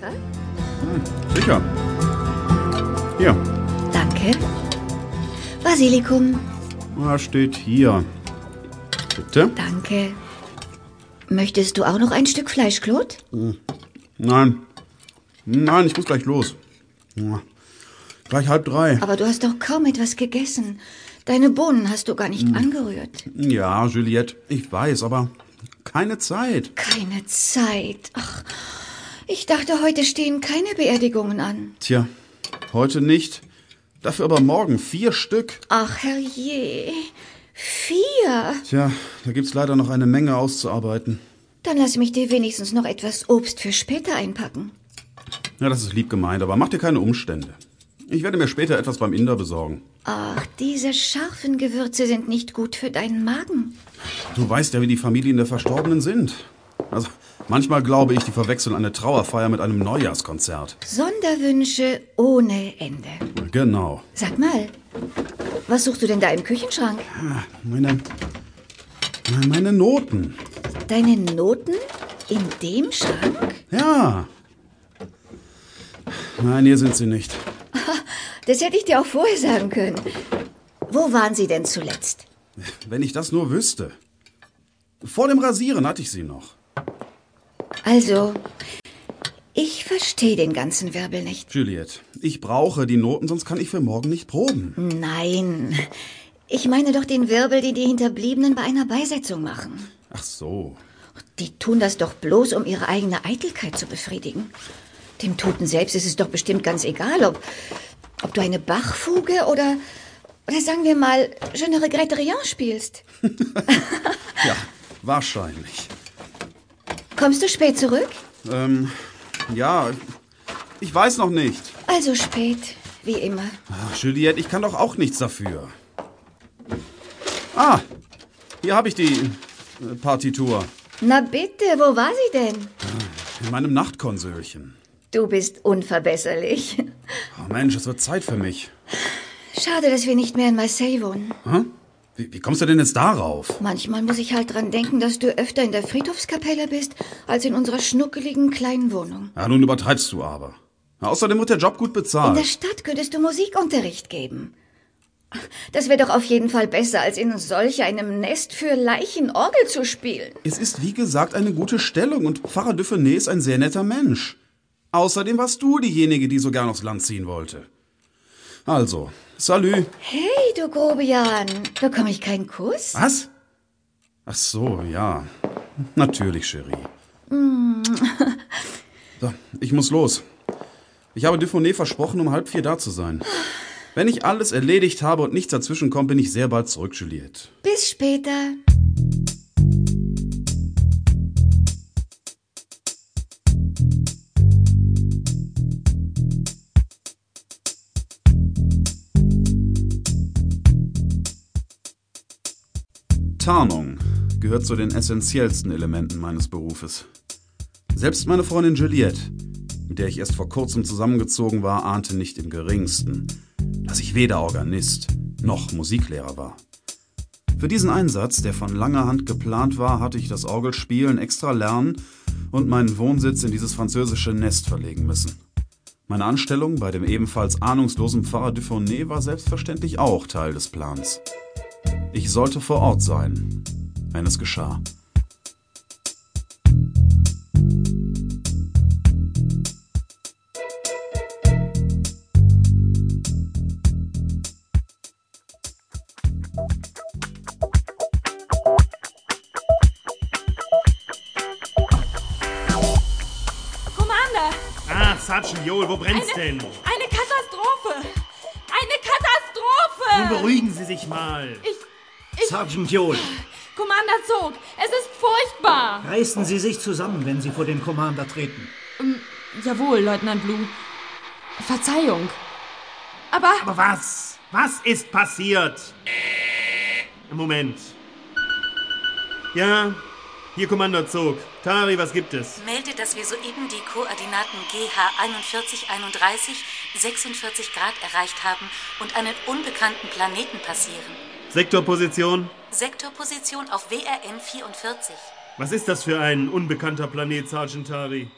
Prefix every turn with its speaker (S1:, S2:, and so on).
S1: Gell?
S2: Sicher. Hier.
S1: Danke. Basilikum,
S2: Ah, steht hier. Bitte?
S1: danke. Möchtest du auch noch ein Stück Fleisch, Claude?
S2: Nein. Nein, ich muss gleich los. Ja. Gleich halb drei.
S1: Aber du hast doch kaum etwas gegessen. Deine Bohnen hast du gar nicht angerührt.
S2: Ja, Juliette, ich weiß, aber keine Zeit.
S1: Keine Zeit. Ach, ich dachte, heute stehen keine Beerdigungen an.
S2: Tja, heute nicht. Dafür aber morgen vier Stück.
S1: Ach, herrje. Vier.
S2: Tja, da gibt's leider noch eine Menge auszuarbeiten.
S1: Dann lass mich dir wenigstens noch etwas Obst für später einpacken.
S2: Ja, das ist lieb gemeint, aber mach dir keine Umstände. Ich werde mir später etwas beim Inder besorgen.
S1: Ach, diese scharfen Gewürze sind nicht gut für deinen Magen.
S2: Du weißt ja, wie die Familien der Verstorbenen sind. Also, manchmal glaube ich, die verwechseln eine Trauerfeier mit einem Neujahrskonzert.
S1: Sonderwünsche ohne Ende.
S2: Genau.
S1: Sag mal, was suchst du denn da im Küchenschrank?
S2: Ah, Meine, meine Noten.
S1: Deine Noten in dem Schrank?
S2: Ja. Nein, hier sind sie nicht.
S1: Das hätte ich dir auch vorher sagen können. Wo waren sie denn zuletzt?
S2: Wenn ich das nur wüsste. Vor dem Rasieren hatte ich sie noch.
S1: Also, ich verstehe den ganzen Wirbel nicht.
S2: Juliet, ich brauche die Noten, sonst kann ich für morgen nicht proben.
S1: Nein, ich meine doch den Wirbel, den die Hinterbliebenen bei einer Beisetzung machen.
S2: Ach so.
S1: Die tun das doch bloß, um ihre eigene Eitelkeit zu befriedigen. Dem Toten selbst ist es doch bestimmt ganz egal, ob, ob du eine Bachfuge oder, oder sagen wir mal, Je ne regrette rien spielst.
S2: Ja, wahrscheinlich.
S1: Kommst du spät zurück?
S2: Ähm, ja, ich weiß noch nicht.
S1: Also spät, wie immer.
S2: Ach, Juliette, ich kann doch auch nichts dafür. Ah, hier habe ich die äh, Partitur.
S1: Na bitte, wo war sie denn?
S2: In meinem Nachtkonsölchen.
S1: Du bist unverbesserlich.
S2: Oh Mensch, es wird Zeit für mich.
S1: Schade, dass wir nicht mehr in Marseille wohnen.
S2: Hä? Wie, wie kommst du denn jetzt darauf?
S1: Manchmal muss ich halt dran denken, dass du öfter in der Friedhofskapelle bist, als in unserer schnuckeligen kleinen Wohnung.
S2: Ja, nun übertreibst du aber. Na, Außerdem wird der Job gut
S1: In der
S2: bezahlt.
S1: Stadt könntest du Musikunterricht geben. Das wäre doch auf jeden Fall besser, als in solch einem Nest für Leichen Orgel zu spielen.
S2: Es ist wie gesagt eine gute Stellung und Pfarrer Duvenet ist ein sehr netter Mensch. Außerdem warst du diejenige, die so gern aufs Land ziehen wollte. Also, salü.
S1: Hey, du Grobian, bekomme ich keinen Kuss?
S2: Was? Ach so, ja. Natürlich, Cherie. So, ich muss los. Ich habe Dufournet versprochen, um halb vier da zu sein. Wenn ich alles erledigt habe und nichts dazwischen kommt, bin ich sehr bald zurück, Juliette.
S1: Bis später.
S2: Tarnung gehört zu den essentiellsten Elementen meines Berufes. Selbst meine Freundin Juliette, mit der ich erst vor kurzem zusammengezogen war, ahnte nicht im geringsten, dass ich weder Organist noch Musiklehrer war. Für diesen Einsatz, der von langer Hand geplant war, hatte ich das Orgelspielen extra lernen und meinen Wohnsitz in dieses französische Nest verlegen müssen. Meine Anstellung bei dem ebenfalls ahnungslosen Pfarrer Dufournet war selbstverständlich auch Teil des Plans. Ich sollte vor Ort sein, wenn es geschah.
S3: Commander,
S4: Ach, Ah, Sergeant Joel, wo brennt's denn?
S3: eine Katastrophe! Eine Katastrophe!
S4: Nun beruhigen Sie sich mal.
S5: Sergeant Joel,
S3: Commander Zog, es ist furchtbar!
S5: reißen Sie sich zusammen, wenn Sie vor den Commander treten.
S3: Jawohl, Leutnant Blum. Verzeihung. Aber,
S4: Aber was? Was ist passiert? Moment. Ja, hier Commander Zog. Tari, was gibt es?
S6: Melde, dass wir soeben die Koordinaten GH 4131 46 Grad erreicht haben und einen unbekannten Planeten passieren.
S4: Sektorposition?
S6: Sektorposition auf WRN 44.
S4: Was ist das für ein unbekannter Planet, Sergeant Tari?